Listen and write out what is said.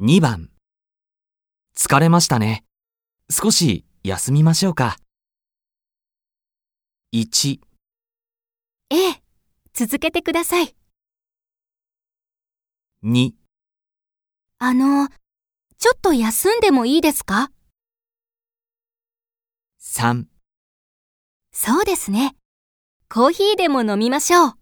2番疲れましたね。少し休みましょうか。1、ええ、続けてください。 2、あの、ちょっと休んでもいいですか3そうですね。コーヒーでも飲みましょう。